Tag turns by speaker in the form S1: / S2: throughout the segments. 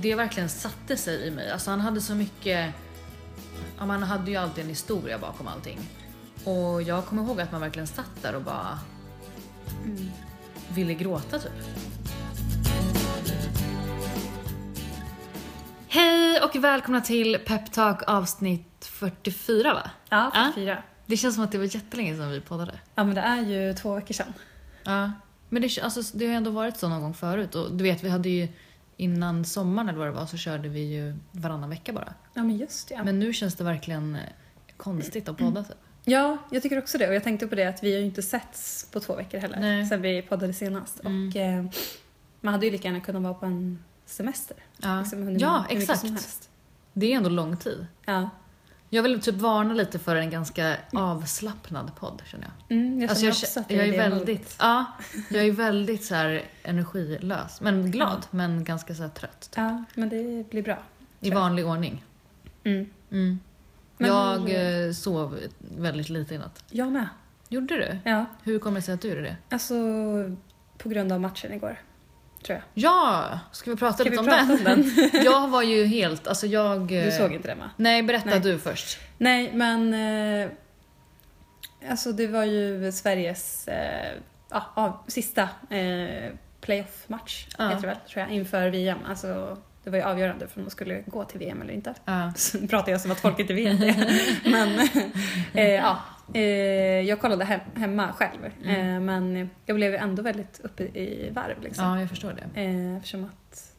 S1: det verkligen satte sig i mig. Alltså han hade så mycket, ja, man hade ju alltid en historia bakom allting. Och jag kommer ihåg att man verkligen satt där och bara ville gråta typ. Hej och välkomna till Peptalk avsnitt 44 va?
S2: Ja,
S1: Ja.
S2: fyra.
S1: Det känns som att det var jättelänge sedan vi poddade.
S2: Ja, men det är ju två veckor sedan.
S1: Ja. Men det, alltså, det har ju ändå varit så någon gång förut. Och du vet, vi hade ju innan sommaren eller vad det var så körde vi ju varannan vecka bara.
S2: Ja, men just det. Ja. Mm.
S1: Men nu känns det verkligen eh, konstigt att podda typ.
S2: ja, jag tycker också det. Och jag tänkte på det att vi har ju inte setts på två veckor heller.
S1: Nej.
S2: Sen vi poddade senast.
S1: Mm.
S2: Och eh, man hade ju lika gärna kunnat vara på en semester.
S1: Ja,
S2: Liksom hur-
S1: ja
S2: hur mycket som
S1: exakt.
S2: helst.
S1: Det är ändå lång tid.
S2: Ja.
S1: Jag vill typ varna lite för en ganska avslappnad podd känner jag.
S2: Mm, jag
S1: Alltså,
S2: känner
S1: jag,
S2: också att det
S1: jag
S2: är
S1: är
S2: det
S1: väldigt, ja, jag är väldigt så här energilös. Men glad, men ganska så här trött.
S2: Mm.
S1: typ.
S2: Ja, men det blir bra.
S1: I vanlig ordning.
S2: Mm.
S1: Mm.
S2: Men
S1: jag
S2: hur-
S1: eh, sov väldigt lite i natt.
S2: Jag med.
S1: Gjorde du?
S2: Ja,
S1: Hur kommer det sig att du gjorde det?
S2: alltså på grund av matchen igår. Tror jag.
S1: Ja! Ska vi prata
S2: Ska vi
S1: lite om
S2: prata
S1: den?
S2: om den?
S1: jag var ju helt, alltså jag... eh,
S2: Du såg inte den va?
S1: Nej, berätta
S2: Nej.
S1: du först.
S2: Nej, men eh, alltså det var ju Sveriges eh, ja, av, sista eh, playoff-match,
S1: Ja.
S2: heter det väl, tror jag, inför VM. Alltså, det var ju avgörande för om de skulle gå till VM eller inte.
S1: Ja.
S2: Så nu pratar jag som att folk inte vet det. men eh, ja, eh, jag kollade hem, hemma själv,
S1: Mm.
S2: eh, men jag blev ju ändå väldigt uppe i varv. Liksom.
S1: ja, jag förstår det.
S2: Eh, eftersom att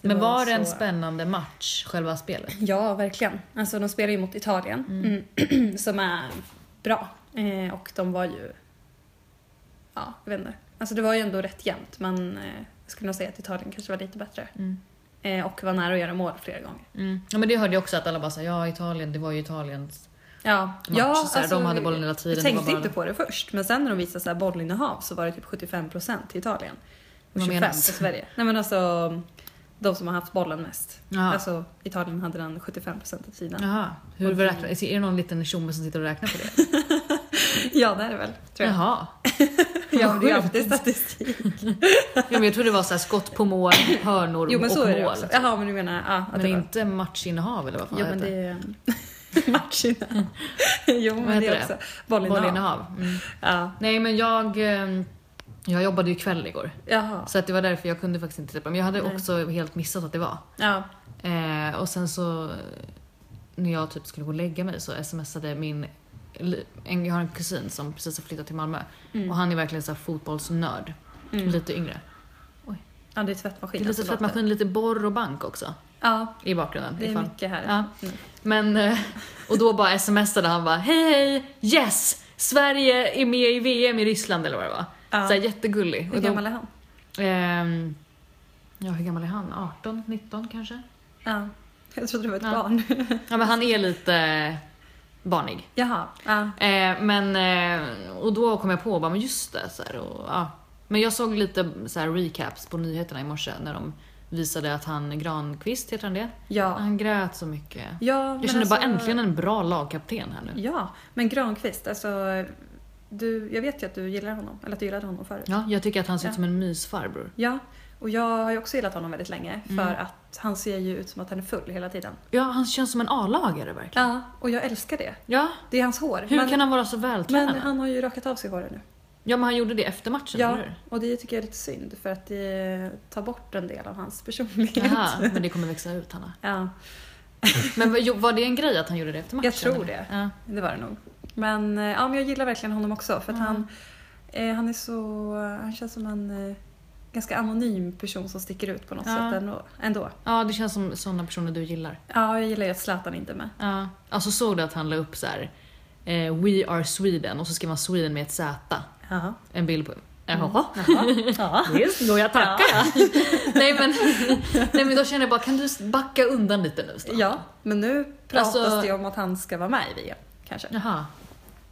S2: det
S1: Men var det en
S2: så-
S1: spännande match, själva spelet?
S2: Ja, verkligen. Alltså de spelar ju mot Italien mm, som är bra. Eh, och de var ju... Ja, jag vet inte. Alltså det var ju ändå rätt jämnt men eh, jag skulle nog säga att Italien kanske var lite bättre.
S1: Mm.
S2: Eh, och var nära att göra mål flera gånger.
S1: Mm. Ja, men det hörde jag också att alla bara sa, ja Italien, det var ju Italiens
S2: Ja,
S1: match.
S2: ja alltså,
S1: så här, de hade bollen hela tiden.
S2: Jag
S1: det var
S2: tänkte
S1: bara-
S2: inte på det först men sen när de visade så här bollinnehav så var det typ 75% till Italien. Och
S1: Vad
S2: 25% till
S1: menas?
S2: Sverige. Nej men alltså de som har haft bollen mest.
S1: Ja.
S2: Alltså Italien hade den 75% av tiden.
S1: Jaha. Hur
S2: Och vi-
S1: räknar, är det någon liten tjomme som sitter och räknar på det?
S2: Ja, det är det väl. Tror jag.
S1: Jaha.
S2: Ja, men det är ju alltid statistik.
S1: Ja, men jag trodde det var så här skott på mål, hörnor
S2: Jo men
S1: och liksom?
S2: så
S1: mål.
S2: är det också. Jaha men du menar ja, att
S1: Men
S2: det var...
S1: inte matchinnehav eller vad fan
S2: Jo men
S1: heter? Mm.
S2: det är matcherna. jo
S1: Vad
S2: men det
S1: heter
S2: är
S1: det?
S2: också bollinnehav.
S1: Bollinnehav. Mm.
S2: Ja.
S1: Nej men jag, eh, jag jobbade ju kväll igår.
S2: Jaha.
S1: Så att det var därför jag kunde faktiskt inte släppa. Men jag hade
S2: Nej.
S1: också helt missat att det var.
S2: Ja.
S1: Eh, och sen så eh, när jag typ skulle gå och lägga mig så smsade min en, jag har en kusin som precis har flyttat till Malmö
S2: Mm.
S1: och han är verkligen så här fotbollsnörd.
S2: Mm.
S1: Lite yngre.
S2: ja det är
S1: Det är
S2: tvättmaskin.
S1: lite
S2: alltså, låter.
S1: tvättmaskin, lite borr och bank också
S2: Ja
S1: i bakgrunden.
S2: det är
S1: ifall-
S2: mycket här.
S1: Ja.
S2: Mm.
S1: Men, eh, och då bara smsade han bara hej hej, yes! Sverige är med i VM i Ryssland eller vad det var.
S2: Ja.
S1: Så här, jättegullig.
S2: Hur
S1: Och då-
S2: gammal är han?
S1: Ehm, ja, hur gammal är han? 18, 19 kanske?
S2: Mm. Ja. Jag trodde det var ett
S1: Ja.
S2: barn.
S1: Ja, men han är lite barnig.
S2: Jaha. Ja.
S1: Eh, men, eh, och då kom jag på och bara, men just det. Så här, och, ja. Men jag såg lite så här, recaps på nyheterna i morse när de visade att han Granqvist, heter han det?
S2: Ja.
S1: Han grät så mycket.
S2: ja men
S1: Jag kände bara
S2: alltså-
S1: äntligen en bra lagkapten här nu.
S2: Ja. Men Granqvist, alltså. Du, jag vet ju att du gillar honom. Eller att du gillade honom förut.
S1: Ja, jag tycker att han ser ut
S2: Ja.
S1: som en mysfarbror.
S2: Ja, och jag har ju också gillat honom väldigt länge för
S1: Mm.
S2: att han ser ju ut som att han är full hela tiden.
S1: Ja, han känns som en A-lagare verkligen.
S2: Ja, och jag älskar det.
S1: Ja,
S2: Det är hans hår.
S1: hur
S2: men,
S1: kan han vara så
S2: men
S1: vältränad?
S2: han har ju rakat av sig håret nu.
S1: Ja, men han gjorde det efter matchen,
S2: Ja,
S1: eller hur?
S2: och det tycker jag är lite synd för att det tar bort en del av hans personlighet.
S1: Jaha, men det kommer växa ut Hanna.
S2: Ja,
S1: Men var- jo, var det en grej att han gjorde det efter matchen?
S2: Jag tror
S1: eller?
S2: det. det var det nog. Men, eh, ja, men jag gillar verkligen honom också för att
S1: Mm.
S2: han, eh, han är så, han känns som en eh, ganska anonym person som sticker ut på något
S1: Ja.
S2: sätt ändå. ändå.
S1: Ja. ja, det känns som sådana personer du gillar.
S2: Ja, jag gillar ju att Zlatan inte är med.
S1: Ja. Alltså såg du att han la upp så här. Eh, We are Sweden och så skrev han Sweden med ett Z.
S2: Ja.
S1: En bild på... Jaha.
S2: Mm. Ja.
S1: Visst, då jag tackar jag. nej, men, nej men då känner jag bara, kan du backa undan lite nu? Stan?
S2: Ja, men nu pratas
S1: Alltså-
S2: det om att han ska vara med i VM kanske.
S1: Jaha,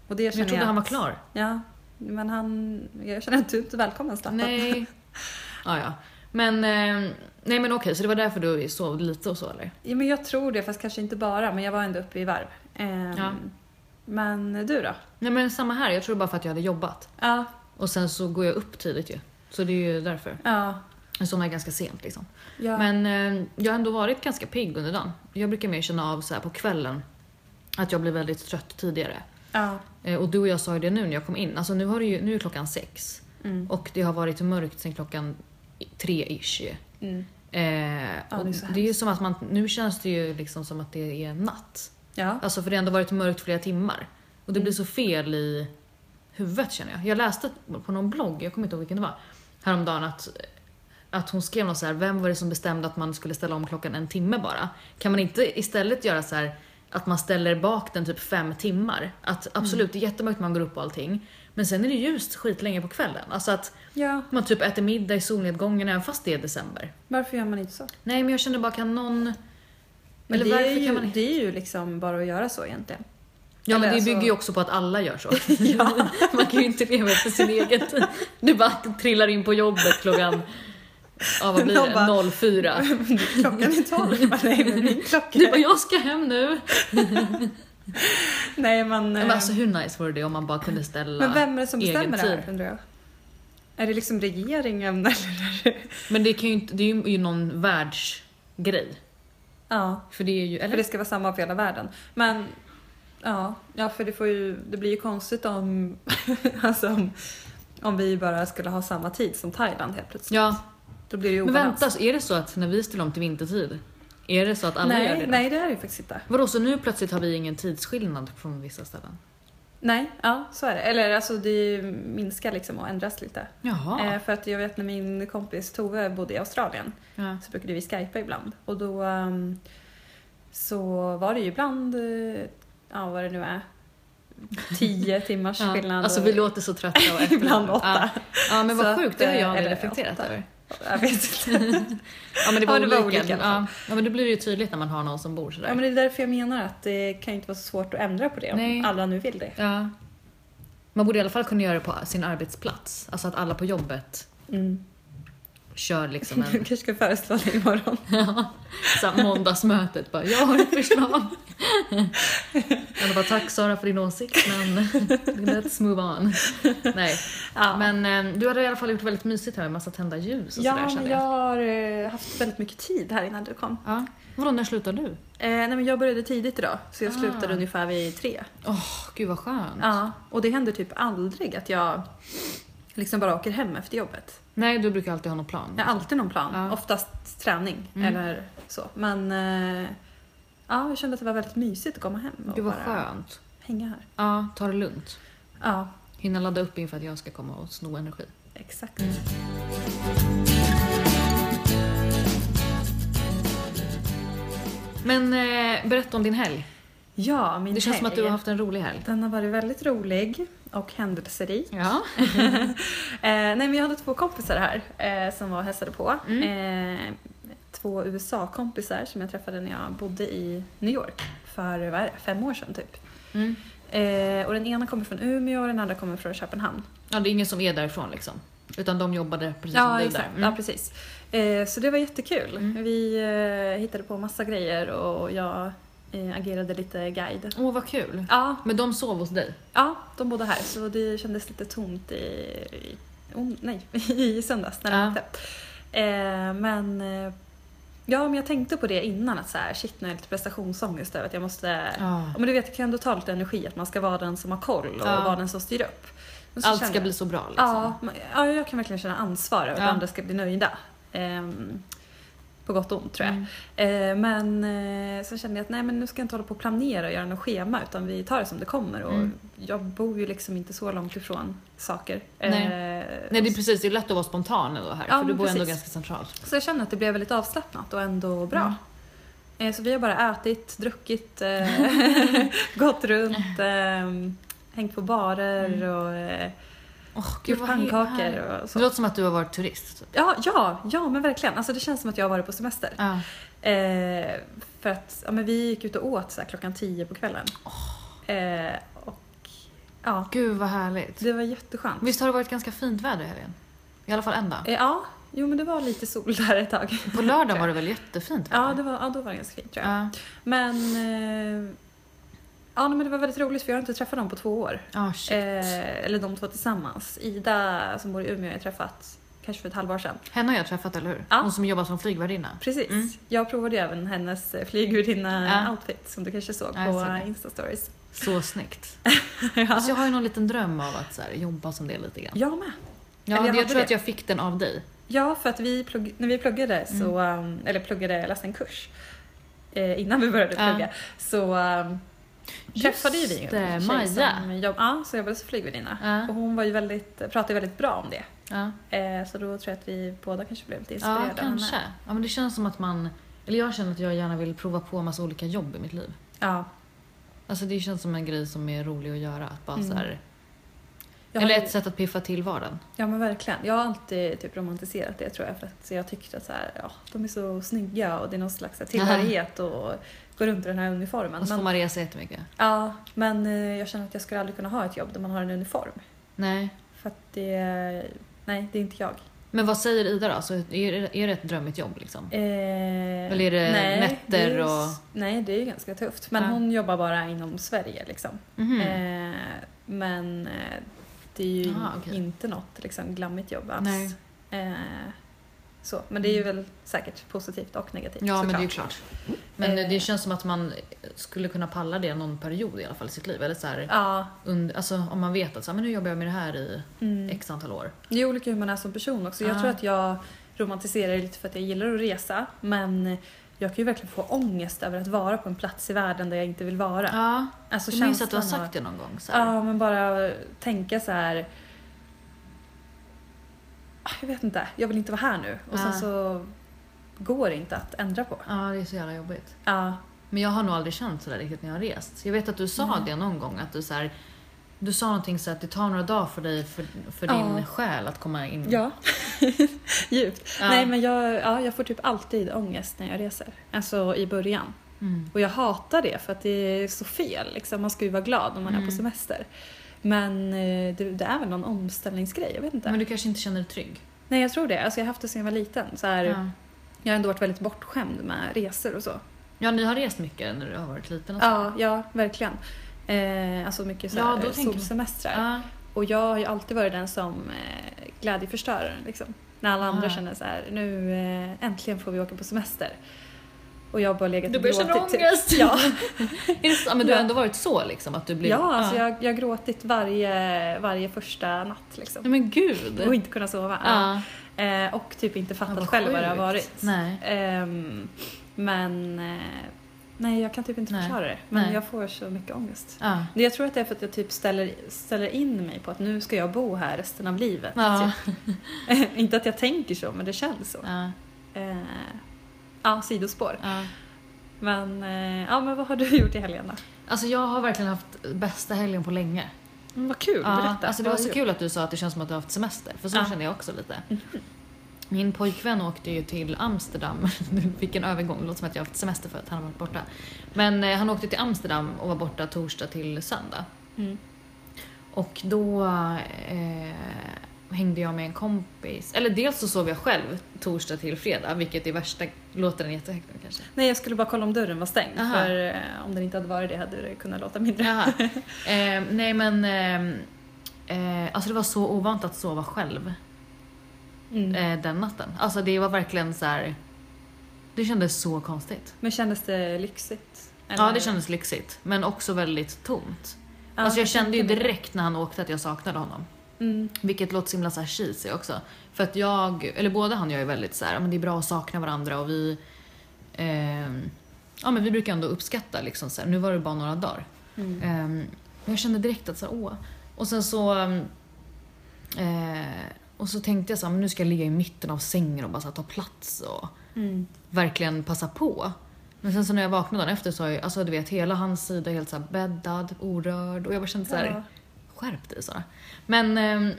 S2: Och det
S1: men jag
S2: känner
S1: trodde han var
S2: att-
S1: klar.
S2: Ja, men han... Jag känner att du inte är välkommen Zlatan.
S1: Nej. Ja, ja. Men, eh, nej men okej, så det var därför du sov lite och så eller?
S2: Ja, men jag tror det, fast kanske inte bara. Men jag var ändå uppe i varv. Ehm,
S1: Ja.
S2: Men du då?
S1: Nej men samma här, jag tror bara för att jag hade jobbat.
S2: Ja,
S1: Och sen så går jag upp tidigt ju. Så det är ju därför.
S2: ja.
S1: Jag somnade ganska sent liksom.
S2: Ja.
S1: Men eh, jag har ändå varit ganska pigg under dagen. Jag brukar mer känna av så här på kvällen att jag blir väldigt trött tidigare.
S2: ja.
S1: Eh, och du och jag sa ju det nu när jag kom in. Alltså nu, har det ju, nu är klockan sex
S2: Mm.
S1: och det har varit mörkt sen klockan tre-ish. ju.
S2: Mm.
S1: Eh,
S2: det är
S1: och
S2: så
S1: det är ju som att man, nu känns det ju liksom som att det är natt.
S2: Ja.
S1: Alltså för det har ändå varit mörkt flera timmar. Och det blir så
S2: Mm.
S1: fel i huvudet känner jag. Jag läste på någon blogg, jag kommer inte ihåg vilken det var, häromdagen att, att hon skrev något så här, vem var det som bestämde att man skulle ställa om klockan en timme bara? Kan man inte istället göra så här att man ställer bak den typ fem timmar? Att
S2: Mm.
S1: absolut, det är jättemörkt man går upp och allting, men sen är det ljust skitlänge på kvällen. Alltså att
S2: ja.
S1: man typ äter middag i solnedgången även fast det är december.
S2: Varför gör man inte så?
S1: Nej men jag känner bara kan någon...
S2: Men
S1: Eller
S2: det, är
S1: varför
S2: ju,
S1: kan man-
S2: det är ju liksom bara att göra så egentligen.
S1: Ja
S2: Eller
S1: men det
S2: alltså-
S1: bygger ju också på att alla gör så. Man kan ju inte leva efter sin egen tid. Du bara trillar in på jobbet klockan, ja vad blir
S2: Jag
S1: det,
S2: bara-
S1: 04.
S2: Klockan är tolv. Bara, Nej, men min klocka
S1: Du bara,
S2: är...
S1: jag ska hem nu.
S2: Nej, men, eh,
S1: Men alltså hur nice vore det om man bara kunde ställa
S2: men vem är det som
S1: egen typ.
S2: bestämmer det här
S1: tid.
S2: undrar jag? Är det liksom regeringen eller?
S1: Men det, kan ju inte, det är ju någon världsgrej.
S2: Ja,
S1: För det är ju,
S2: för
S1: eller?
S2: det ska vara samma för hela världen. Men ja, ja för det, får ju, det blir ju konstigt om, alltså, om, om vi bara skulle ha samma tid som Thailand helt plötsligt.
S1: Ja,
S2: Då blir det ju
S1: men
S2: obalans.
S1: vänta, så är det så att när vi ställer om till vintertid, är det så att alla gör det
S2: nej,
S1: då?
S2: nej, det är det ju faktiskt inte.
S1: Vadå, så nu plötsligt har vi ingen tidsskillnad från vissa ställen?
S2: Nej, ja så är det. Eller alltså det minskar liksom och ändras lite.
S1: Jaha.
S2: Eh, för att jag vet när min kompis Tove bodde i Australien
S1: Ja.
S2: så brukade vi skypa ibland och då ehm, så var det ju ibland, eh, ja vad det nu är, tio timmars
S1: Ja.
S2: skillnad.
S1: Alltså
S2: och-
S1: vi låter så trötta och efter-
S2: Ibland
S1: Ja.
S2: åtta.
S1: Ja men
S2: Så
S1: vad
S2: att,
S1: sjukt, det har jag aldrig
S2: eller
S1: reflekterat
S2: åtta.
S1: över.
S2: Jag vet inte.
S1: Ja men det var,
S2: Ja, det
S1: olika.
S2: var olika i alla
S1: ja. ja men det blir ju tydligt när man har någon som bor sådär.
S2: Ja, men det är därför jag menar att det kan ju inte vara så svårt att ändra på det om
S1: Nej.
S2: alla nu vill det.
S1: Ja. Man borde i alla fall kunna göra det på sin arbetsplats. Alltså att alla på jobbet
S2: Mm.
S1: kör liksom
S2: Du
S1: en
S2: kanske ska föreslå det imorgon.
S1: så här måndagsmötet. Bara, jag har ett förslag. Eller bara tack Sara för din åsikt men let's move on. Nej.
S2: Ja.
S1: Men eh, du hade i alla fall gjort väldigt mysigt här med massa tända ljus och sådär
S2: Ja, men
S1: kände
S2: jag
S1: jag.
S2: har eh, haft väldigt mycket tid här innan du kom.
S1: Ja. Vadå när slutar du?
S2: Eh, nej, men jag började tidigt idag, så jag
S1: Ah. Mm.
S2: slutade ungefär vid tre.
S1: Åh gud vad skönt.
S2: Ja, och det händer typ aldrig att jag liksom bara åker hem efter jobbet.
S1: Nej du brukar alltid ha någon plan.
S2: Jag har alltid någon plan,
S1: Ja.
S2: oftast träning
S1: Mm.
S2: eller så. Men eh, ja, jag kände att det var väldigt mysigt att komma hem och
S1: Gud vad
S2: bara
S1: skönt.
S2: hänga här.
S1: Ja, ta det lugnt.
S2: Ja,
S1: Hinna ladda upp inför att jag ska komma och sno energi.
S2: exakt.
S1: Men eh, berätta om din helg.
S2: Ja, min
S1: Det känns som att du
S2: helg,
S1: har haft en rolig helg.
S2: Den har varit väldigt rolig och händelserik.
S1: Ja.
S2: Eh, nej men jag hade två kompisar här eh, som var och hälsade på.
S1: Mm.
S2: Eh, två USA-kompisar som jag träffade när jag bodde i New York för vad är det, fem år sedan typ.
S1: Mm.
S2: Eh, och den ena kommer från Umeå och den andra kommer från Köpenhamn.
S1: ja. Det är ingen som är därifrån liksom. Utan de jobbade precis som
S2: Ja,
S1: du
S2: exakt.
S1: där.
S2: ja precis. Eh, så det var jättekul.
S1: Mm.
S2: Vi eh, hittade på massa grejer och jag eh, agerade lite guide.
S1: Åh vad kul.
S2: Ja,
S1: Men de sov hos dig?
S2: ja, de bodde här så det kändes lite tomt i, i, oh, nej, i söndags när de
S1: Ja.
S2: åkte. Eh, men, eh, ja, men jag tänkte på det innan att så här, shit nu är jag lite prestationsångest över att jag måste
S1: Ja.
S2: Ja, Men du vet, det kan ändå ta lite energi att man ska vara den som har koll och
S1: Ja.
S2: vara den som styr upp. Men så
S1: Allt
S2: känner
S1: ska
S2: jag-
S1: bli så bra liksom.
S2: Ja, men- ja, jag kan verkligen känna ansvar över
S1: Ja.
S2: att andra ska bli nöjda. Ehm, på gott och ont tror jag.
S1: Mm.
S2: Eh, men eh, sen kände jag att nej, men nu ska jag inte hålla på och planera och göra något schema utan vi tar det som det kommer. Och
S1: Mm.
S2: Jag bor ju liksom inte så långt ifrån saker.
S1: Nej.
S2: Eh,
S1: Nej det är precis, det är lätt att vara spontan då här.
S2: Ja,
S1: för du
S2: men
S1: bor ändå
S2: precis.
S1: ganska centralt.
S2: Så jag känner att det blev väldigt avslappnat och ändå bra.
S1: Mm.
S2: Eh, Så vi har bara ätit, druckit, eh, gått runt, eh, hängt på barer
S1: Mm.
S2: och eh,
S1: Åh gud vad
S2: gjort
S1: he-
S2: pannkakor
S1: härligt.
S2: och
S1: Det
S2: så.
S1: låter som att du har varit turist. Typ.
S2: Ja, ja, ja men verkligen. Alltså det känns som att jag har varit på semester.
S1: Ja.
S2: Eh, för att ja, men vi gick ut och åt så här, klockan tio på kvällen. Eh, och ja,
S1: Gud vad härligt.
S2: det var jätteskönt.
S1: Visst har det varit ganska fint väder i helgen? I alla fall en dag.
S2: Eh, ja, jo men det var lite sol där ett tag.
S1: På lördag var det väl jättefint väder?
S2: Ja, det var, ja då var det ganska fint tror jag.
S1: Ja,
S2: Men, eh, ja, nej, men det var väldigt roligt för jag har inte träffat dem på två år.
S1: ah, shit.
S2: Eh, eller de två tillsammans. Ida som bor i Umeå har jag träffat kanske för ett halvår sedan.
S1: Henne har jag träffat, eller hur?
S2: Ja.
S1: Hon som jobbar som flygvärdinna.
S2: Precis.
S1: Mm.
S2: Jag provade ju även hennes eh,
S1: Ja.
S2: flygvärdinna-outfit som du kanske såg
S1: Ja, jag
S2: på
S1: såg det.
S2: eh, Insta-stories.
S1: Så snyggt.
S2: ja.
S1: Alltså jag har ju någon liten dröm av att så här, jobba som det lite grann.
S2: Jag med.
S1: Ja,
S2: Eller
S1: jag,
S2: jag hade
S1: tror
S2: det.
S1: att jag fick den av dig.
S2: Ja, för att vi plugg- när vi pluggade,
S1: Mm.
S2: så, um, eller pluggade, jag läste en kurs eh, innan vi började
S1: Ja.
S2: plugga, så um,
S1: Just
S2: träffade ju vi en
S1: det,
S2: tjej
S1: Maja.
S2: som, jobb- ja, som jobbade som flygvärdinna.
S1: Ja.
S2: Och hon var ju väldigt, pratade ju väldigt bra om det.
S1: Ja,
S2: Eh, så då tror jag att vi båda kanske blev lite inspirerade
S1: ja
S2: av henne.
S1: kanske. Ja, men det känns som att man... Eller jag känner att jag gärna vill prova på en massa olika jobb i mitt liv.
S2: Ja.
S1: Alltså det känns som en grej som är rolig att göra. Att bara så här,
S2: Mm. Jag har
S1: eller
S2: ju-
S1: ett sätt att piffa till vardagen.
S2: Ja men verkligen. Jag har alltid typ romantiserat det tror jag för att jag tyckte att så här, ja, de är så snygga och det är någon slags så här tillhörighet och gå runt i den här uniformen.
S1: Och så får
S2: Men,
S1: Alltså, man resa jättemycket.
S2: ja, men eh, jag känner att jag skulle aldrig kunna ha ett jobb där man har en uniform.
S1: Nej.
S2: För att det, nej det är inte jag.
S1: Men vad säger Ida då? Så är, det- är det ett drömmigt jobb liksom?
S2: Eh,
S1: Eller är det
S2: nej,
S1: nätter
S2: det är ju-
S1: och-
S2: Nej det är ju ganska tufft. Men
S1: Ja.
S2: hon jobbar bara inom Sverige liksom.
S1: Mhm.
S2: Eh, men eh, det är ju
S1: Aha, Ah, okej.
S2: inte något liksom, glammigt jobb alls.
S1: Nej. Mm.
S2: Eh, så. Men det är ju väl säkert positivt och negativt
S1: Ja, men det är ju
S2: såklart.
S1: klart. Men
S2: Eh.
S1: det känns som att man skulle kunna palla det någon period i alla fall i sitt liv. Eller så här,
S2: Ja,
S1: und, alltså, om man vet att så här, men nu jobbar jag med det här i
S2: mm.
S1: x antal år.
S2: Det är olika hur man är som person också. Jag
S1: Ja.
S2: tror att jag romantiserar lite för att jag gillar att resa men jag kan ju verkligen få ångest över att vara på en plats i världen där jag inte vill vara.
S1: Ja,
S2: Alltså
S1: jag minns att du har
S2: känslan av-
S1: sagt det någon gång. Så här.
S2: Ja, men bara tänka så här. "Ah, Jag vet inte, jag vill inte vara här nu. Och
S1: Ja.
S2: sen så går det inte att ändra på. Mm.
S1: Ja, det är så jävla jobbigt.
S2: Ja,
S1: Men jag har nog aldrig känt sådär riktigt när jag har rest. Jag vet att du sa
S2: Nej.
S1: det någon gång, att du så här, du sa någonting så att det tar några dagar för dig, för, för
S2: Ja.
S1: din själ att komma in.
S2: ja. djupt.
S1: Ja.
S2: Nej men jag, ja, jag får typ alltid ångest när jag reser. Alltså i början.
S1: Mm.
S2: Och jag hatar det för att det är så fel. Liksom. Man ska ju vara glad om man är på
S1: Mm.
S2: semester. Men eh, det, det är väl någon omställningsgrej, jag vet inte.
S1: Men du kanske inte känner dig trygg?
S2: Nej jag tror det. Alltså, jag har haft det sedan jag var liten. Så här,
S1: Ja.
S2: Jag har ändå varit väldigt bortskämd med resor och så.
S1: ja, ni har rest mycket när du har varit liten? och så.
S2: Ja, ja verkligen. Eh, alltså mycket så
S1: Ja,
S2: här
S1: då tänker man.
S2: solsemestrar.
S1: Ja.
S2: Och jag har ju alltid varit den som eh, glädjeförstöraren. Liksom. När alla andra
S1: Ah.
S2: känner så här, nu eh, äntligen får vi åka på semester. Och jag har bara legat
S1: Du
S2: och
S1: börjar känna
S2: gråtit, typ.
S1: ångest.
S2: Ja,
S1: Är det så? Men du har
S2: Ja.
S1: ändå varit så liksom? Att du blir...
S2: ja alltså jag, jag har gråtit varje, varje första natt. Liksom.
S1: Nej men gud!
S2: Och inte kunnat sova.
S1: Mm. Ja.
S2: Eh, och typ inte
S1: Ja,
S2: fattat
S1: vad
S2: själv vad det har
S1: sjukt.
S2: varit.
S1: Nej.
S2: Ehm, men eh, nej, jag kan typ inte
S1: Nej.
S2: förklara det. Men
S1: Nej.
S2: jag får så mycket ångest.
S1: Ja.
S2: Det- Jag tror att det är för att jag typ ställer, ställer in mig på att nu ska jag bo här resten av livet.
S1: Ja.
S2: Typ. Inte att jag tänker så, men det känns så.
S1: Ja.
S2: Eh, ja, sidospår.
S1: Ja.
S2: Men, eh, ja, men vad har du gjort i helgen då?
S1: Alltså jag har verkligen haft bästa helgen på länge.
S2: Mm, vad kul,
S1: Ja,
S2: berätta.
S1: alltså det
S2: Vad
S1: var
S2: har
S1: så
S2: du
S1: kul att du sa att det känns som att du har haft semester, för så
S2: Ja. Mhm.
S1: känner jag också lite. Min pojkvän åkte ju till Amsterdam, Nu fick en övergång, det låter som att jag har haft semester för att han har varit borta. Men eh, han åkte till Amsterdam och var borta torsdag till söndag.
S2: gjort? Mm.
S1: Och då eh, hängde jag med en kompis, eller dels så sov jag själv torsdag till fredag, vilket är värsta, låter den jättehögt nu kanske?
S2: Nej, jag skulle bara kolla om dörren var stängd.
S1: Aha.
S2: För eh, om den inte hade varit det hade det kunnat låta mindre.
S1: Jaha. Eh, nej men, ehm, eh, alltså det var så ovant att sova själv
S2: Mm.
S1: eh, den natten. Alltså det var verkligen så här. Det kändes så konstigt.
S2: Men kändes det lyxigt?
S1: Ja,
S2: Eller-
S1: det kändes lyxigt. Men också väldigt tomt.
S2: Ja,
S1: alltså jag kände ju
S2: tänker mig det.
S1: direkt när han åkte att jag saknade honom.
S2: Mm.
S1: Vilket låter så himla så här cheesy också. För att jag, eller både han och jag är väldigt så här, ja, men det är bra att sakna varandra och vi... ehm, ja men vi brukar ändå uppskatta liksom så här, nu var det bara några dagar.
S2: Mm.
S1: Ehm, jag kände direkt att så här, åh. Och sen så... ehm, Eh, och så tänkte jag så här, men nu ska jag ligga i mitten av sängen och bara så här, ta plats och
S2: Mm.
S1: verkligen passa på. Men sen så när jag vaknade dagen efter så har jag, alltså du vet hela hans sida är helt så här bäddad, orörd och jag bara kände så här,
S2: Ja.
S1: skärp dig Sara. Men, ehm, eh,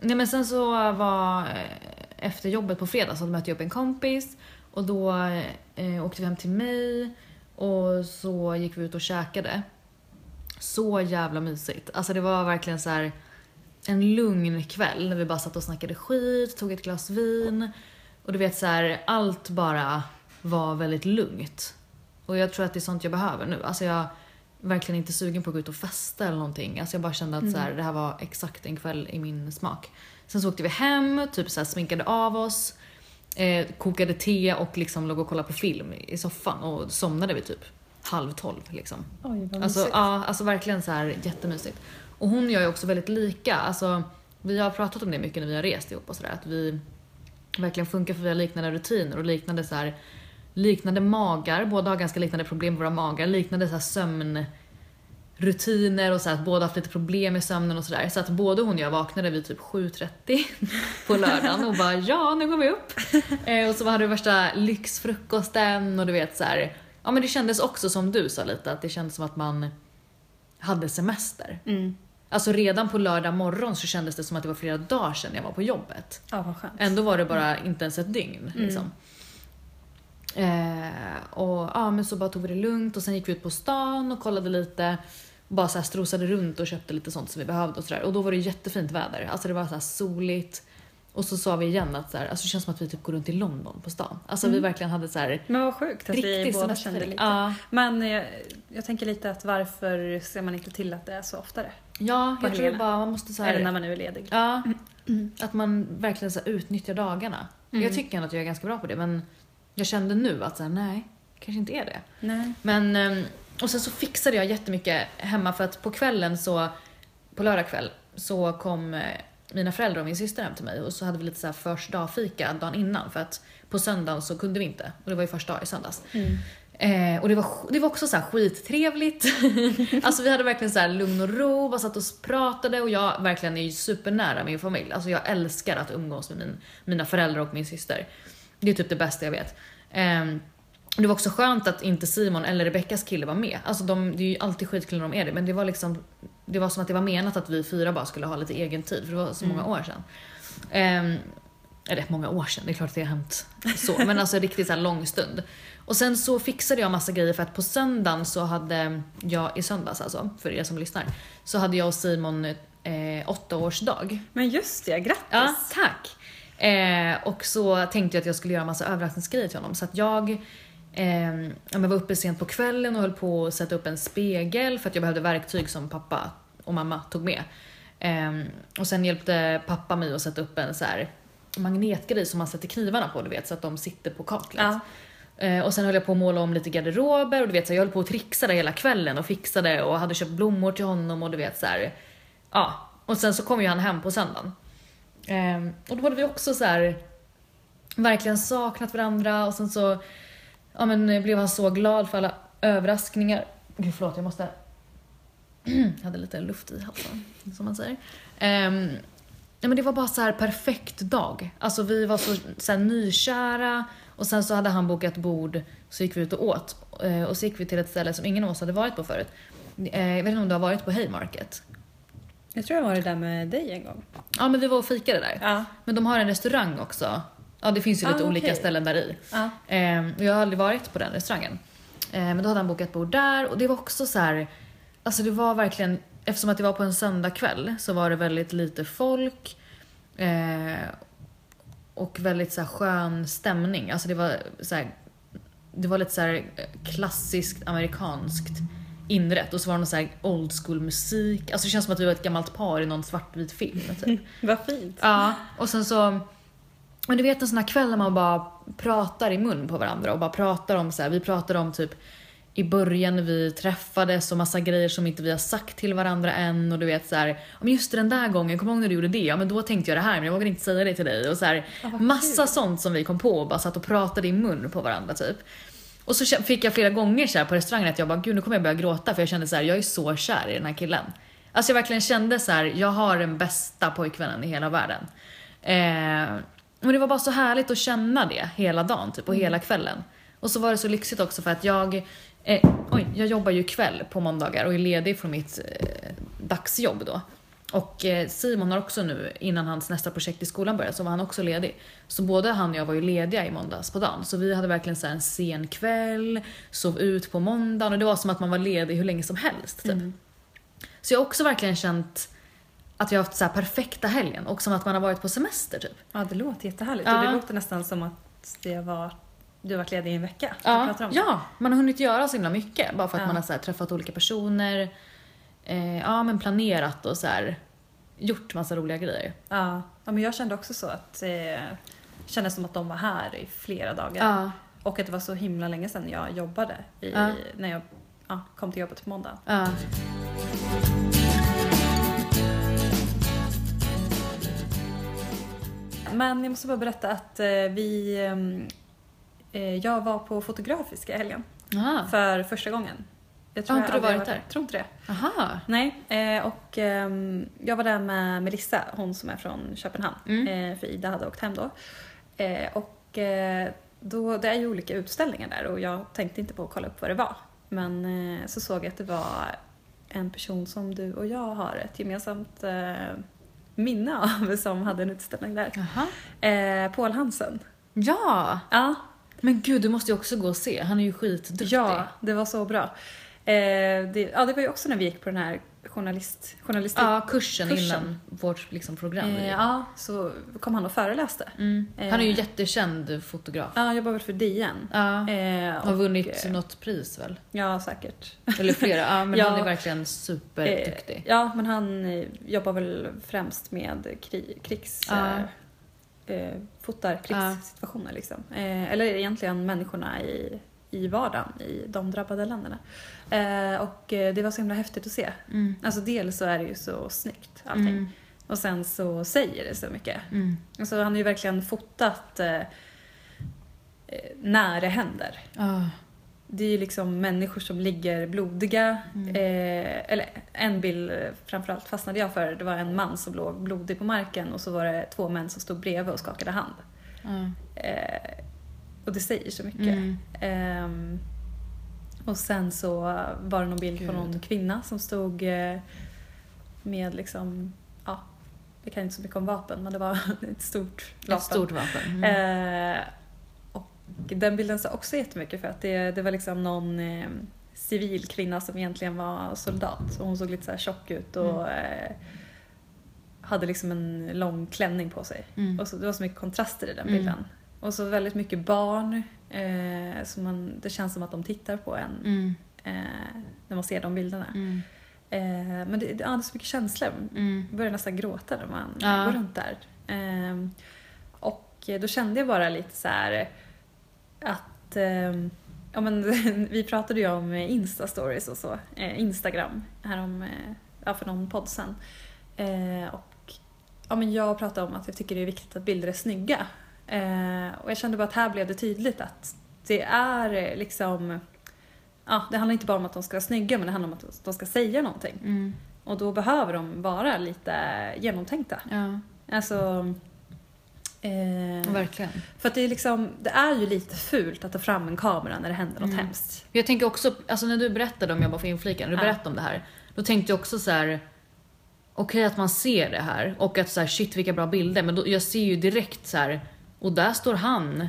S1: nej men sen så var, eh, efter jobbet på fredag så mötte jag upp en kompis och då eh, åkte vi hem till mig och så gick vi ut och käkade. Så jävla mysigt. Alltså det var verkligen så här en lugn kväll när vi bara satt och snackade skit, tog ett glas vin och du vet så här, allt bara var väldigt lugnt. Och jag tror att det är sånt jag behöver nu. Alltså jag är verkligen inte sugen på att gå ut och festa eller någonting. Alltså jag bara kände att så här, det här var exakt en kväll i min smak. Sen så åkte vi hem, typ så här sminkade av oss, eh, kokade te och liksom låg och kollade på film i soffan och somnade vi typ halv tolv. Liksom.
S2: Oj, vad
S1: Alltså,
S2: mysigt.
S1: ja, alltså verkligen så här jättemysigt. Och hon och jag är också väldigt lika. Alltså, vi har pratat om det mycket när vi har rest ihop och sådär. Att vi verkligen funkar för vi har liknande rutiner och liknande så här, liknande magar. Båda har ganska liknande problem med våra magar. Liknande så här sömnrutiner och så här, att båda har haft lite problem med sömnen och sådär. Så att både hon och jag vaknade vid typ 7.30 på lördagen och bara ja, nu går vi upp. Eh, och så hade vi värsta lyxfrukosten och du vet så här. Ja men det kändes också som du sa lite, att det kändes som att man hade semester.
S2: Mm.
S1: Alltså redan på lördag morgon så kändes det som att det var flera dagar sedan jag var på jobbet.
S2: Ja, vad skönt.
S1: Ändå var det bara inte ens ett dygn.
S2: Mm.
S1: Liksom. Eh, och ja, men så bara tog vi det lugnt och sen gick vi ut på stan och kollade lite. Bara så här strosade runt och köpte lite sånt som vi behövde och sådär. Och då var det jättefint väder. Alltså det var så här soligt. Och så sa vi igen att så här, alltså det känns som att vi typ går runt i London på stan. Alltså vi verkligen hade så här
S2: Men vad sjukt att vi
S1: riktig
S2: Mm.
S1: liksom.
S2: båda
S1: semesterfeeling.
S2: kände lite.
S1: Ja,
S2: Men eh, jag tänker lite att varför ser man inte till att det är så oftare?
S1: ja
S2: På
S1: jag tror
S2: helgerna.
S1: bara man måste så här...
S2: Eller när man nu är ledig.
S1: Ja, att man verkligen så här utnyttjar dagarna.
S2: Mm.
S1: Jag tycker ändå att jag är ganska bra på det men jag kände nu att så här, nej, kanske inte är det.
S2: Nej.
S1: Men, ehm, och sen så fixade jag jättemycket hemma för att på kvällen så, på lördag kväll, så kom eh, mina föräldrar och min syster hem till mig och så hade vi lite så här första dagfika dagen innan för att på söndagen så kunde vi inte och det var ju första dag i söndags. Eh, och det var, sk- det var också så här skittrevligt. alltså vi hade verkligen så här lugn och ro, bara satt och pratade och jag verkligen är ju supernära min familj. Alltså jag älskar att umgås med min, mina föräldrar och min syster. Det är typ det bästa jag vet. Ehm, och det var också skönt att inte Simon eller Rebeckas kille var med. Alltså de, det är ju alltid skitkul när de är det men det var liksom Det var som att det var menat att vi fyra bara skulle ha lite egen tid för det var så många år sedan. Ehm, eller många år sedan, det är klart att det har hänt så. Men alltså en riktigt så här lång stund. Och sen så fixade jag massa grejer för att på söndagen så hade jag, i söndags alltså, för er som lyssnar, så hade jag och Simon eh, åttaårsdag.
S2: Men just det, grattis!
S1: Ja, tack. Eh, och så tänkte jag att jag skulle göra massa överraskningsgrejer till honom. Så att jag eh, ja, men var uppe sent på kvällen och höll på att sätta upp en spegel för att jag behövde verktyg som pappa och mamma tog med. Eh, och sen hjälpte pappa mig att sätta upp en så här magnetgrej som man sätter knivarna på, du vet, så att de sitter på kaklet.
S2: Ja.
S1: Eh, och sen höll jag på att måla om lite garderober och du vet så här, jag höll på att trixa där hela kvällen och fixade och hade köpt blommor till honom och du vet så här. Ja, och sen så kom ju han hem på söndagen. Ehm, och då hade vi också så här verkligen saknat varandra och sen så ja, men, eh, blev han så glad för alla överraskningar. Gud förlåt, jag måste... jag hade lite luft i halsen, som man säger. Ehm, ja, men det var bara så här perfekt dag. Alltså vi var så, så här, nykära och sen så hade han bokat bord så gick vi ut och åt. Eh, och så gick vi till ett ställe som ingen av oss hade varit på förut. Eh, jag vet inte om du har varit på Haymarket?
S2: Jag tror jag var det där med dig en gång.
S1: Ja men vi var och fikade där.
S2: Ja.
S1: Men de har en restaurang också. Ja, det finns ju lite
S2: Ah,
S1: olika
S2: okej.
S1: ställen där i.
S2: ja.
S1: Ehm, och jag har aldrig varit på den restaurangen. Ehm, men då hade han bokat bord där och det var också så här. Alltså det var verkligen, eftersom att det var på en söndagkväll så var det väldigt lite folk. eh, och väldigt så här skön stämning. Alltså det var så här, det var lite så här klassiskt amerikanskt inrätt och så var det någon så här old school musik. Alltså det känns som att vi var ett gammalt par i någon svartvit film. Typ.
S2: Vad fint.
S1: Ja, och sen så... Men du vet en sån här kväll när man bara pratar i mun på varandra och bara pratar om så här, vi pratar om typ i början vi träffades och massa grejer som inte vi har sagt till varandra än och du vet så här, "Ja, men just det, den där gången, kommer du ihåg när du gjorde det? Ja men då tänkte jag det här men jag vågade inte säga det till dig och så här,
S2: Ja, vad
S1: massa
S2: kul.
S1: sånt som vi kom på och bara satt och pratade i mun på varandra typ. Och så kä- fick jag flera gånger så här på restaurangen att jag bara gud nu kommer jag börja gråta för jag kände så här jag är så kär i den här killen. Alltså jag verkligen kände så här jag har den bästa pojkvännen i hela världen. Eh, men det var bara så härligt att känna det hela dagen typ, och
S2: Mm.
S1: hela kvällen. Och så var det så lyxigt också för att jag, eh, oj, jag jobbar ju kväll på måndagar och är ledig från mitt eh, dagsjobb då. Och eh, Simon har också nu, innan hans nästa projekt i skolan började, så var han också ledig. Så både han och jag var ju lediga i måndags på dagen. Så vi hade verkligen så här en sen kväll, sov ut på måndagen och det var som att man var ledig hur länge som helst. Typ. Så jag har också verkligen känt att jag har haft så här perfekta helgen och som att man har varit på semester typ.
S2: Ja, det låter jättehärligt.
S1: Ja.
S2: Och det låter nästan som att det var, du har varit ledig i en vecka. Du
S1: Ja,
S2: pratar om det.
S1: ja, man har hunnit göra så himla mycket bara för att
S2: Ja.
S1: man har så här, träffat olika personer, eh, ja men planerat och så här gjort massa roliga grejer.
S2: Ja. ja, men jag kände också så att eh, kändes som att de var här i flera dagar.
S1: Ja.
S2: Och att det var så himla länge sedan jag jobbade i,
S1: Ja.
S2: när jag ja, kom till jobbet på måndag.
S1: Ja.
S2: Men jag måste bara berätta att eh, vi... ehm, Eh, jag var på Fotografiska i helgen
S1: Aha.
S2: för första gången. Jag
S1: Ah. Har inte du
S2: aldrig
S1: varit där?
S2: Tror inte det.
S1: Aha.
S2: Nej, eh, och ehm, jag var där med Melissa, hon som är från Köpenhamn.
S1: Mm.
S2: Eh, för Ida hade åkt hem då. Eh, och eh, då, det är ju olika utställningar där och jag tänkte inte på att kolla upp vad det var. Men eh, så såg jag att det var en person som du och jag har ett gemensamt eh, minne av som hade en utställning där.
S1: Aha.
S2: Eh, Paul Hansen.
S1: Ja!
S2: Ja,
S1: Men gud, du måste ju också gå och se. Han är ju skitduktig.
S2: ja, det var så bra. Eh, det, ja, det var ju också när vi gick på den här journalist, journalistik...
S1: Ja, kursen,
S2: Kursen.
S1: innan vårt liksom, program.
S2: Eh, ja, så kom han och föreläste.
S1: Mm. Han är ju
S2: Eh.
S1: jättekänd fotograf.
S2: Ja, han jobbar väl för DN.
S1: Ja.
S2: Eh, och,
S1: Har vunnit
S2: eh,
S1: något pris väl?
S2: Ja, säkert.
S1: Eller flera. Ja, men
S2: Ja.
S1: han är verkligen superduktig.
S2: Ja, men han eh, jobbar väl främst med kri- krigs...
S1: Ja.
S2: Eh, eh, fotar krigssituationer liksom. Eh, eller egentligen människorna i, i vardagen i de drabbade länderna. Eh, och eh, det var så himla häftigt att se.
S1: Mm.
S2: Alltså dels så är det ju så snyggt allting.
S1: Mm.
S2: Och sen så säger det så mycket.
S1: Mm.
S2: Alltså han har ju verkligen fotat eh, eh, när det händer.
S1: Ah.
S2: Det är ju liksom människor som ligger blodiga.
S1: Mm.
S2: Eh, eller en bild eh, framförallt fastnade jag för. Det var en man som låg blodig på marken och så var det två män som stod bredvid och skakade hand.
S1: Ah.
S2: Eh, och det säger så mycket.
S1: Mm.
S2: Ehm, och sen så var det någon bild på
S1: Gud.
S2: någon kvinna som stod eh, med liksom, ja, det kan inte så mycket om vapen men det var ett stort vapen.
S1: Ett stort vapen. Mm.
S2: Eh, och den bilden sa också jättemycket för att det, det var liksom någon eh, civil kvinna som egentligen var soldat och hon såg lite så här tjock ut och
S1: Mm.
S2: eh, hade liksom en lång klänning på sig.
S1: Mm.
S2: Och så, det var så mycket kontraster i den
S1: Mm.
S2: bilden. Och så väldigt mycket barn. Eh, som man, det känns som att de tittar på en
S1: Mm.
S2: eh, när man ser de bilderna.
S1: Mm.
S2: Eh, men det, det, ja, det är så mycket känslor.
S1: Mm.
S2: Jag börjar nästan gråta när man
S1: Ja.
S2: går runt där. Ehm, och då kände jag bara lite så här att ehm, ja, men, vi pratade ju om Insta-stories och så, eh, Instagram, härom, eh, ja, för någon podd sen. Eh, och, ja, men jag pratade om att jag tycker det är viktigt att bilder är snygga. Eh, och jag kände bara att här blev det tydligt att det är eh, liksom, ja, det handlar inte bara om att de ska vara snygga men det handlar om att de ska säga någonting.
S1: Mm.
S2: Och då behöver de vara lite genomtänkta.
S1: Ja,
S2: Alltså... Eh,
S1: verkligen.
S2: för att det är, liksom, det är ju lite fult att ta fram en kamera när det händer något
S1: Mm.
S2: hemskt.
S1: Jag tänker också, alltså när du berättade om, jag bara får inflika, när du
S2: Ja.
S1: berättade om det här. Då tänkte jag också så här. okej att man ser det här och att så här, shit vilka bra bilder. Men då, jag ser ju direkt så här. och där står han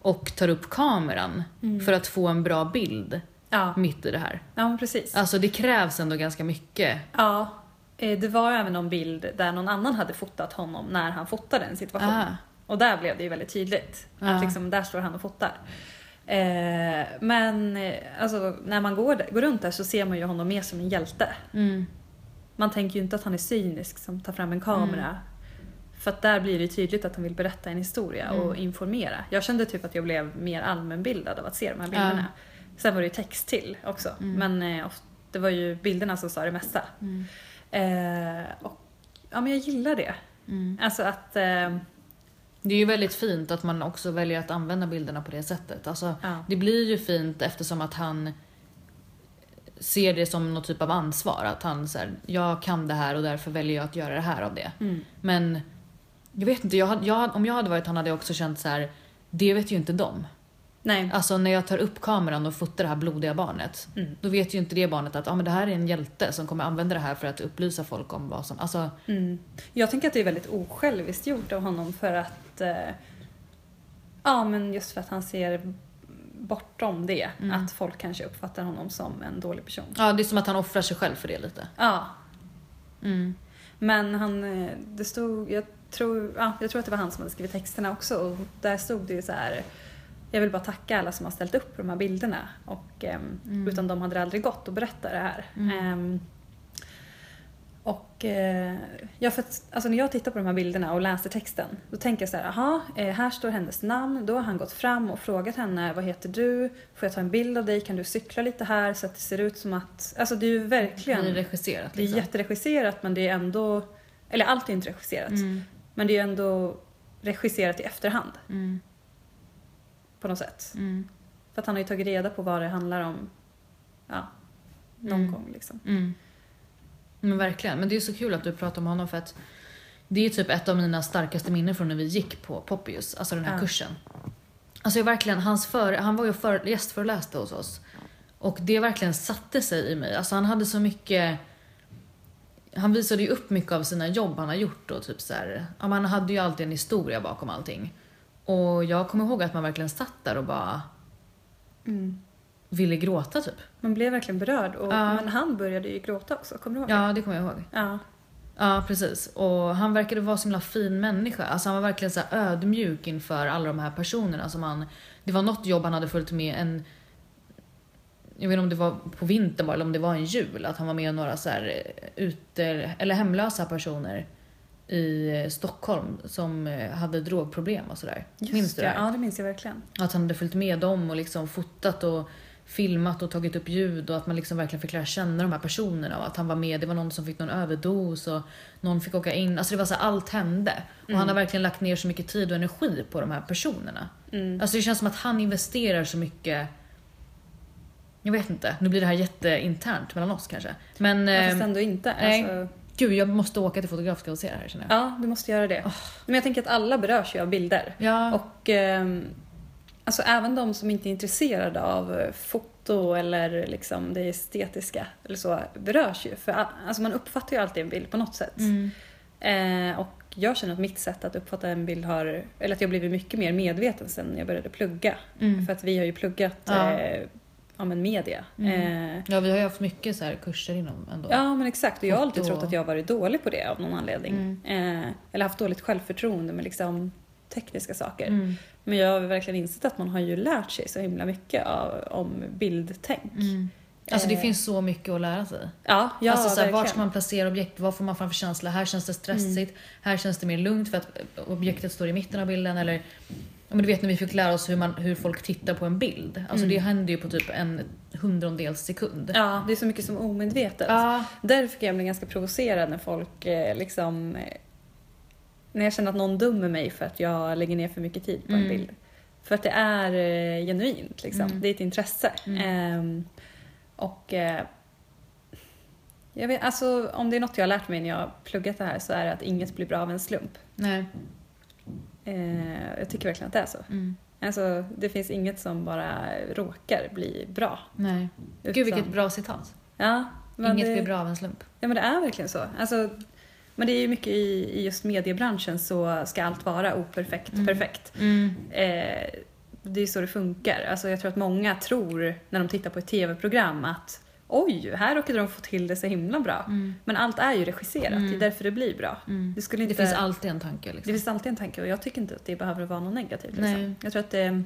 S1: och tar upp kameran Mm. för att få en bra bild
S2: Mm. Ja,
S1: mitt i det här.
S2: ja men precis.
S1: Alltså det krävs ändå ganska mycket.
S2: Ja, eh, det var även någon bild där någon annan hade fotat honom när han fotade en situation.
S1: Ah.
S2: Och där blev det ju väldigt tydligt.
S1: Ja.
S2: Att liksom, där står han och fotar. Eh, men eh, alltså, när man går, där, går runt där så ser man ju honom mer som en hjälte.
S1: Mm.
S2: Man tänker ju inte att han är cynisk som tar fram en kamera. För att där blir det tydligt att han vill berätta en historia och informera. Jag kände typ att jag blev mer allmänbildad av att se de här bilderna. Sen var det ju text till också. Men eh, of- det var ju bilderna som sa det mesta.
S1: Mm.
S2: Eh, och, ja men jag gillar det. Alltså att... Eh,
S1: Mm. Det är ju väldigt fint att man också väljer att använda bilderna på det sättet. Alltså,
S2: Ja.
S1: Det blir ju fint eftersom att han ser det som någon typ av ansvar. Att han så här, jag kan det här och därför väljer jag att göra det här av det.
S2: mm.
S1: Men jag vet inte, jag, hade- jag, hade- om jag hade varit han hade jag också känt så här. det vet ju inte de.
S2: nej.
S1: Alltså när jag tar upp kameran och fotar det här blodiga barnet.
S2: Mm.
S1: Då vet ju inte det barnet att ah, men det här är en hjälte som kommer använda det här för att upplysa folk om vad som... Alltså,
S2: Mm. Jag tänker att det är väldigt osjälviskt gjort av honom för att... Eh, ja, men just för att han ser bortom det.
S1: Mm.
S2: Att folk kanske uppfattar honom som en dålig person.
S1: ja, det är som att han offrar sig själv för det lite.
S2: Ja,
S1: Mm.
S2: men han... eh, Det stod... Jag tror, ja, jag tror att det var han som hade skrivit texterna också och där stod det ju så här... Jag vill bara tacka alla som har ställt upp på de här bilderna. Och, ehm,
S1: Mm.
S2: Utan de hade det aldrig gått att berätta det här.
S1: Mm.
S2: Ehm, Och eh, ja, för att, alltså när jag tittar på de här bilderna och läser texten då tänker jag så här, aha, eh, här står hennes namn. Då har han gått fram och frågat henne, vad heter du? Får jag ta en bild av dig? Kan du cykla lite här så att det ser ut som att... Alltså det är ju verkligen...
S1: Det är regisserat
S2: Det är
S1: liksom.
S2: jätteregisserat men det är ändå... Eller allt är inte regisserat.
S1: Mm.
S2: Men det är ju ändå regisserat i efterhand
S1: Mm.
S2: på något sätt.
S1: Mm.
S2: För att han har ju tagit reda på vad det handlar om. Ja, någon
S1: Mm.
S2: gång liksom.
S1: Mm. Men verkligen. Men det är så kul att du pratar om honom för att det är typ ett av mina starkaste minnen från när vi gick på Poppius, alltså den här
S2: Ja.
S1: kursen. Alltså jag verkligen, hans före- han var ju för, gästföreläste hos oss. Och det verkligen satte sig i mig. Alltså han hade så mycket... Han visade ju upp mycket av sina jobb han har gjort och typ så här, ja, man hade ju alltid en historia bakom allting. Och jag kommer ihåg att man verkligen satt där och bara
S2: Mm.
S1: ville gråta typ.
S2: Man blev verkligen berörd och
S1: Ja.
S2: men han började ju gråta också, kommer du ihåg?
S1: Ja, det kommer jag ihåg.
S2: ja.
S1: Ja, precis. Och han verkade vara en så himla fin människa. Alltså han var verkligen så här ödmjuk inför alla de här personerna som han... Det var något jobb han hade följt med en... Jag vet inte om det var på vintern bara, eller om det var en jul. Att han var med några så här eh, ute... Eller hemlösa personer i eh, Stockholm som eh, hade drogproblem och sådär.
S2: Just
S1: Minns du det?
S2: det?
S1: här?
S2: Ja, det minns jag verkligen.
S1: Att han hade följt med dem och liksom fotat och filmat och tagit upp ljud och att man liksom verkligen fick lära känna de här personerna och att han var med. Det var någon som fick någon överdos och någon fick åka in. Alltså det var så här, allt hände. Och han har verkligen lagt ner så mycket tid och energi på de här personerna.
S2: Mm.
S1: Alltså det känns som att han investerar så mycket jag vet inte, nu blir det här jätteinternt mellan oss kanske. Men
S2: Ja, fast
S1: eh,
S2: ändå inte.
S1: nej.
S2: Alltså,
S1: gud, jag måste åka till Fotografiska och se det här känner jag.
S2: ja, du måste göra det. Men jag tänker att alla berörs ju av bilder.
S1: Ja,
S2: Och ehm, alltså även de som inte är intresserade av eh, foto eller liksom det estetiska eller så berörs ju. För a- alltså man uppfattar ju alltid en bild på något sätt.
S1: mm,
S2: Eh, och jag känner att mitt sätt att uppfatta en bild har, eller att jag blivit mycket mer medveten sen jag började plugga.
S1: mm.
S2: För att vi har ju pluggat
S1: Ja.
S2: eh, ja, men media.
S1: Mm.
S2: Eh,
S1: ja, vi har ju haft mycket så här kurser inom ändå.
S2: Ja men exakt och jag har alltid
S1: Foto. Mm.
S2: trott att jag har varit dålig på det av någon anledning. Eh, eller haft dåligt självförtroende med liksom tekniska saker.
S1: Mm,
S2: Men jag har verkligen insett att man har ju lärt sig så himla mycket av, om bildtänk.
S1: mm. Alltså det
S2: Eh,
S1: finns så mycket att lära sig.
S2: Ja, ja
S1: alltså så här, vart
S2: verkligen. Mm.
S1: ska man placera objekt? Vad får man fram för känsla? Här känns det stressigt. Här känns det mer lugnt för att objektet står i mitten av bilden. Eller, ja, men du vet när vi fick lära oss hur, man, hur folk tittar på en bild. Alltså det händer ju på typ en hundrondels sekund.
S2: Mm. Ja, det är så mycket som är omedvetet.
S1: Ja.
S2: Därför kan jag bli ganska provocerad när folk eh, liksom... Eh, när jag känner att någon dömer mig för att jag lägger ner för mycket tid på en
S1: Mm.
S2: bild. För att det är eh, genuint liksom.
S1: Mm.
S2: Det är ett intresse.
S1: Mm.
S2: Ehm, och... Eh, jag vet, alltså, om det är något jag har lärt mig när jag har pluggat det här så är det att inget blir bra av en slump.
S1: Nej.
S2: Eh, jag tycker verkligen att det är så.
S1: Mm.
S2: Alltså, det finns inget som bara råkar bli bra.
S1: Nej.
S2: utan-
S1: Gud vilket bra citat.
S2: Ja, men
S1: Inget
S2: det-
S1: blir bra av en slump.
S2: Ja men det är verkligen så. Alltså, men det är ju mycket i, i just mediebranschen så ska allt vara operfekt
S1: Mm.
S2: perfekt. Eh, det är ju så det funkar. Alltså, jag tror att många tror när de tittar på ett tv-program att oj, här råkade de få till det så himla bra.
S1: Mm.
S2: Men allt är ju regisserat,
S1: Mm.
S2: det är därför det blir bra.
S1: Mm.
S2: Det, skulle
S1: Det
S2: inte,
S1: finns alltid en tanke.
S2: det
S1: Liksom.
S2: finns alltid en tanke och jag tycker inte att det behöver vara något negativt. Liksom.
S1: Nej.
S2: Jag tror att det,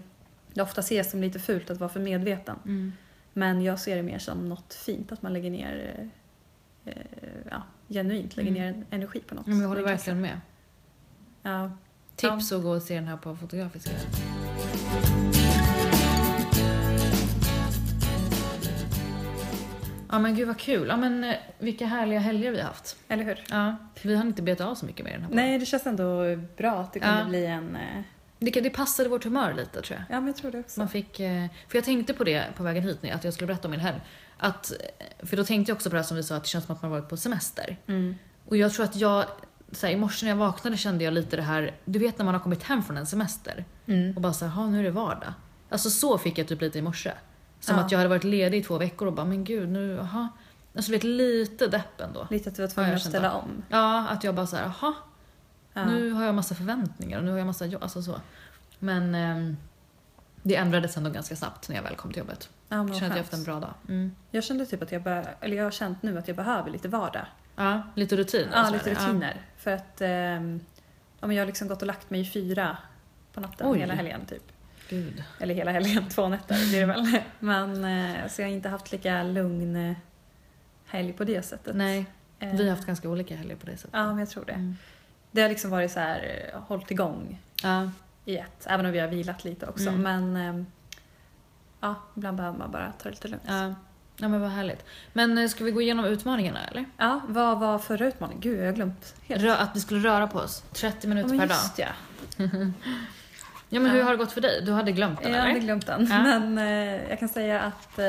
S2: det ofta ses som lite fult att vara för medveten.
S1: Mm.
S2: Men jag ser det mer som något fint, att man lägger ner eh, ja, genuint lägger
S1: Mm.
S2: ner en- energi på något.
S1: Ja, men jag håller
S2: Det är
S1: verkligen med.
S2: intressant. Ja.
S1: Tips att gå och se den här på Fotografiska. Ja men gud vad kul. Ja men eh, vilka härliga helger vi har haft.
S2: Eller hur?
S1: Ja, vi hann inte beta av så mycket mer den här podden.
S2: Nej, det känns ändå bra att det kunde
S1: Ja.
S2: bli en... eh,
S1: Det, det passade vårt humör lite tror jag.
S2: Ja, men jag tror det också.
S1: Man fick, eh, för jag tänkte på det på vägen hit, när- att jag skulle berätta om min helg. Att, eh, för då tänkte jag också på det här som vi sa, att det känns som att man varit på semester.
S2: Mm.
S1: Och jag tror att jag, så här, i morse när jag vaknade kände jag lite det här, du vet när man har kommit hem från en semester.
S2: Mm.
S1: Och bara såhär, "Ha, nu är det vardag. Alltså så fick jag typ lite i morse. Som
S2: Ja.
S1: att jag hade varit ledig i två veckor och bara, men gud nu, aha. Alltså du vet lite depp ändå.
S2: Lite att du var tvungen
S1: jag
S2: att
S1: kände.
S2: ställa om.
S1: Ja, att jag bara såhär, aha.
S2: Ja.
S1: Nu har jag massa förväntningar och nu har jag massa jobb. Alltså så. Men ehm, det ändrades ändå ganska snabbt när jag väl kom till jobbet.
S2: Ja, men
S1: Jag
S2: vad
S1: kände att jag
S2: skönt.
S1: haft en bra dag. Mm.
S2: jag kände typ att jag bör, eller jag har känt nu att jag behöver lite vardag.
S1: Ja, lite rutiner. och
S2: Ja,
S1: sådär.
S2: lite rutiner. För att ehm, ja, men jag har liksom gått och lagt mig i fyra på natten
S1: Oj.
S2: hela helgen typ.
S1: Ja, gud.
S2: Eller hela helgen, två nätter blir det väl. Men eh, så jag har inte haft lika lugn eh, helg på det sättet.
S1: Nej.
S2: Eh,
S1: Vi har haft ganska olika helger på det sättet.
S2: Ja, men jag tror det.
S1: Mm.
S2: Det har liksom varit så här, eh, hållit igång
S1: Ja.
S2: i ett, även om vi har vilat lite också.
S1: Mm.
S2: Men ehm, ja, ibland behöver man bara ta det lite lugnt.
S1: Ja. ja, men vad härligt. Men eh, ska vi gå igenom utmaningarna eller?
S2: Ja, vad var förra utmaningen? Gud, jag har glömt helt.
S1: Rö- att vi skulle röra på oss 30
S2: Ja,
S1: minuter
S2: men
S1: per dag.
S2: just ja.
S1: Ja, men hur
S2: Ja.
S1: har det gått för dig? Du hade glömt den
S2: Jag hade
S1: eller?
S2: glömt den.
S1: Ja.
S2: Men eh, jag kan säga att eh,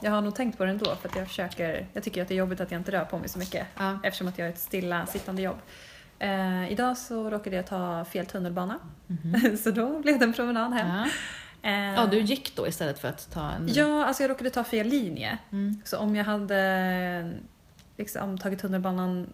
S2: jag har nog tänkt på det ändå för att jag försöker. Jag tycker att det är jobbigt att jag inte rör på mig så mycket
S1: Ja.
S2: eftersom att jag har ett stilla sittande jobb. Eh, idag så råkade jag ta fel tunnelbana
S1: Mhm.
S2: så då blev det en promenad hem.
S1: Ja.
S2: Eh,
S1: ja, du gick då istället för att ta en...
S2: ja, alltså jag råkade ta fel linje.
S1: Mm.
S2: Så om jag hade liksom, tagit tunnelbanan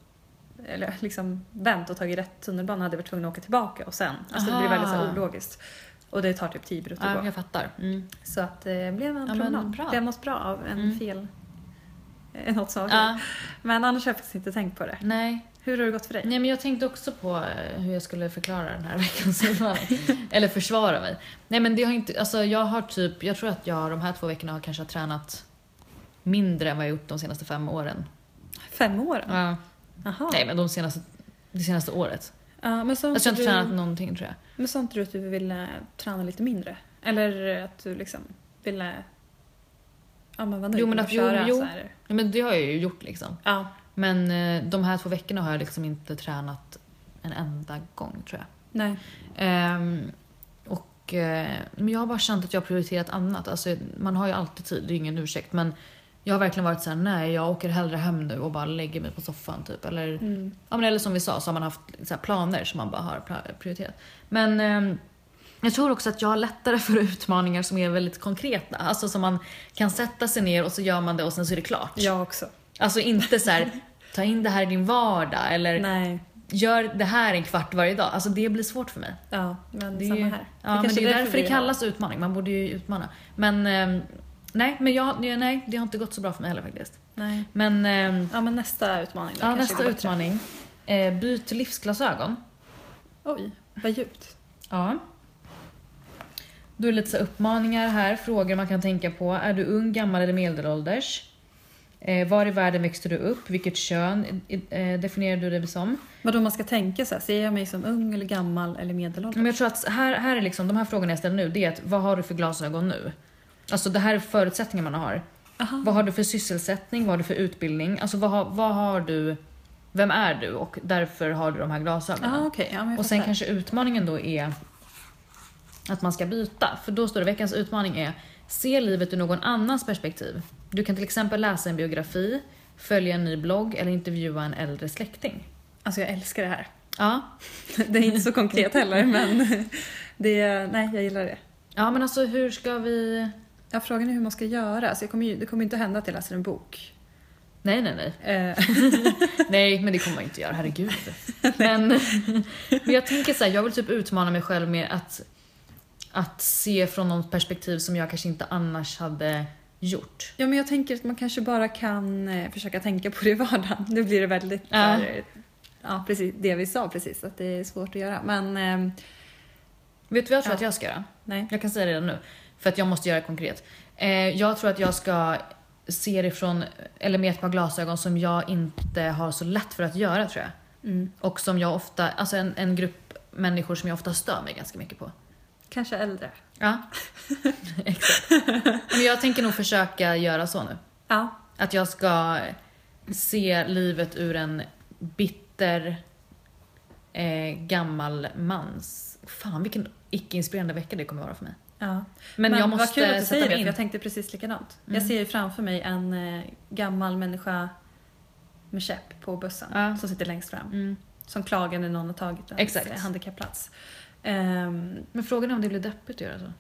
S2: eller liksom vänt och tagit rätt tunnelbana hade jag varit tvungen att åka tillbaka och sen. Alltså det blir
S1: Aha.
S2: väldigt så här ologiskt. Och det tar typ 10 minuter att gå.
S1: Ja, jag fattar. Mm.
S2: Så att eh, det blev en
S1: Ja, men
S2: promenad.
S1: bra.
S2: Det har mått bra av en
S1: Mm.
S2: fel... eh, Något sånt.
S1: Ja,
S2: Men annars har jag faktiskt inte tänkt på det.
S1: nej.
S2: Hur har det gått för dig?
S1: nej, men jag tänkte också på eh, hur jag skulle förklara den här veckans utmaning. eller försvara mig. Nej, men det har inte... Alltså, jag har typ... Jag tror att jag de här två veckorna har kanske tränat mindre än vad jag gjort de senaste fem åren.
S2: Fem år?
S1: Ja.
S2: Jaha.
S1: Nej, men de senaste... Det senaste året.
S2: Ja, men sa
S1: Alltså, jag har
S2: inte
S1: inte tränat
S2: du,
S1: någonting tror jag.
S2: men sa inte du att du ville träna lite mindre? Eller att du liksom ville... Ja, men vad nöjd
S1: Jo, men
S2: med
S1: att-
S2: att
S1: jo,
S2: köra
S1: jo.
S2: så här.
S1: Ja, men det har jag ju gjort liksom.
S2: Ja.
S1: Men eh, de här två veckorna har jag liksom inte tränat en enda gång tror jag.
S2: Nej.
S1: Ehm, och, eh, men jag har bara känt att jag har prioriterat annat. Alltså, man har ju alltid tid, det är ingen ursäkt. Men jag har verkligen varit så här: nej jag åker hellre hem nu och bara lägger mig på soffan typ. Eller,
S2: Mm.
S1: ja, men, eller som vi sa så har man haft så här, planer som man bara har pla- prioriterat. Men ehm, jag tror också att jag har lättare för utmaningar som är väldigt konkreta. Alltså som man kan sätta sig ner och så gör man det och sen så är det klart.
S2: Jag också.
S1: Alltså inte så här, ta in det här i din vardag eller
S2: Nej.
S1: gör det här en kvart varje dag. Alltså det blir svårt för mig.
S2: Ja, men
S1: Det är
S2: samma
S1: ju,
S2: här.
S1: Ja, men
S2: kanske
S1: det är därför det
S2: vi
S1: kallas utmaning. Man borde ju utmana. Men ehm, nej, men jag, nej, nej, det har inte gått så bra för mig heller faktiskt.
S2: Har... Nej.
S1: Men ehm,
S2: Ja, men nästa utmaning då
S1: ja,
S2: kanske
S1: nästa
S2: går bättre.
S1: utmaning. Eh, byt livsglasögon.
S2: Oj, vad djupt.
S1: Ja. Då är det lite så här uppmaningar här, frågor man kan tänka på. Är du ung, gammal eller medelålders? Eh, var i världen växte du upp? Vilket kön eh, definierar du dig som?
S2: Vadå man ska tänka så här, ser jag mig som ung eller gammal eller medelålders?
S1: Men jag tror att här, här är liksom, de här frågorna jag ställer nu, det är att vad har du för glasögon nu? Alltså det här är förutsättningar man
S2: Mm.
S1: har.
S2: Aha.
S1: Vad har du för sysselsättning? Vad har du för utbildning? Alltså vad har, vad har du? Vem är du? Och därför har du de här glasögonen.
S2: Ja, okej. Ja, men jag
S1: och sen
S2: fattar.
S1: kanske utmaningen då är att man ska byta. För då står det veckans utmaning är se livet ur någon annans perspektiv. Du kan till exempel läsa en biografi, följa en ny blogg eller intervjua en äldre släkting.
S2: Alltså jag älskar det här.
S1: Ja,
S2: Det är inte så konkret heller men det, nej jag gillar det.
S1: ja men alltså hur ska vi...
S2: Ja, frågan är hur man ska göra. Alltså jag kommer ju, det kommer ju inte hända att jag läser en bok.
S1: Nej, nej, nej.
S2: Eh,
S1: Nej, men det kommer man inte göra, herregud. Men, men jag tänker så här, jag vill typ utmana mig själv med att, att se från något perspektiv som jag kanske inte annars hade gjort.
S2: ja men jag tänker att man kanske bara kan eh, försöka tänka på det i vardagen. Nu blir det väldigt
S1: Ja.
S2: ja. ja, precis det vi sa precis, att det är svårt att göra. Men eh,
S1: Vet du vad jag tror
S2: Ja.
S1: att jag ska göra?
S2: nej.
S1: Jag kan säga det redan nu, för att jag måste göra det konkret. Eh, jag tror att jag ska se det från, eller med ett par glasögon som jag inte har så lätt för att göra tror jag.
S2: Mm.
S1: Och som jag ofta, alltså en, en grupp människor som jag ofta stör mig ganska mycket på.
S2: Kanske äldre.
S1: Ja, exakt. Men jag tänker nog försöka göra så nu.
S2: Ja,
S1: Att jag ska se livet ur en bitter eh, gammal mans... Fan vilken icke-inspirerande vecka det kommer vara för mig.
S2: ja.
S1: Men, jag
S2: vad kul att
S1: måste
S2: du säger
S1: sätta
S2: det,
S1: mig
S2: för
S1: in.
S2: jag tänkte precis likadant.
S1: Mm.
S2: Jag ser ju framför mig en eh, gammal människa med käpp på bussen
S1: Ja.
S2: som sitter längst fram.
S1: Mm.
S2: Som klagar när någon har tagit en eh,
S1: Exakt.
S2: handikappplats. Ehm,
S1: Men frågan är om det blir deppigt att göra så.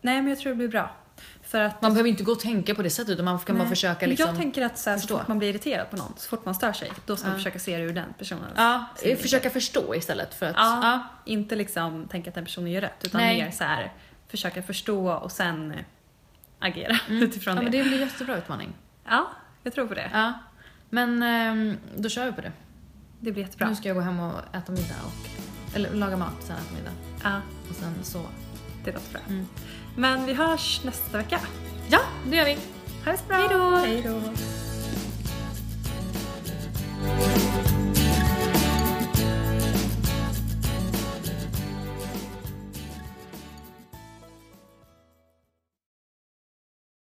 S2: nej men jag tror det blir bra. För att
S1: Man behöver inte gå och tänka på det sättet utan man kan
S2: Nej.
S1: bara försöka
S2: Men
S1: liksom...
S2: Jag tänker att så, här, så
S1: förstå.
S2: fort man blir irriterad på någon, så fort man stör sig, då ska man
S1: Ja.
S2: försöka se det ur den personen.
S1: ja, eh, försöka förstå istället för att...
S2: Ja. Inte liksom tänka att den personen gör rätt, utan
S1: Nej.
S2: mer så här, försöka förstå och sen eh, agera
S1: Mm.
S2: utifrån
S1: ja
S2: det.
S1: men det blir jättebra utmaning.
S2: Ja, jag tror på det.
S1: Ja. Men ehm, då kör vi på det.
S2: Det blir jättebra.
S1: Nu ska jag gå hem och äta middag och... Eller laga mat, sen äta middag.
S2: Ja,
S1: Och sen sova.
S2: det låter bra.
S1: Mm.
S2: Men vi hörs nästa vecka.
S1: Ja, det gör vi.
S2: Ha det så bra!
S1: Hej då.
S2: Hej då!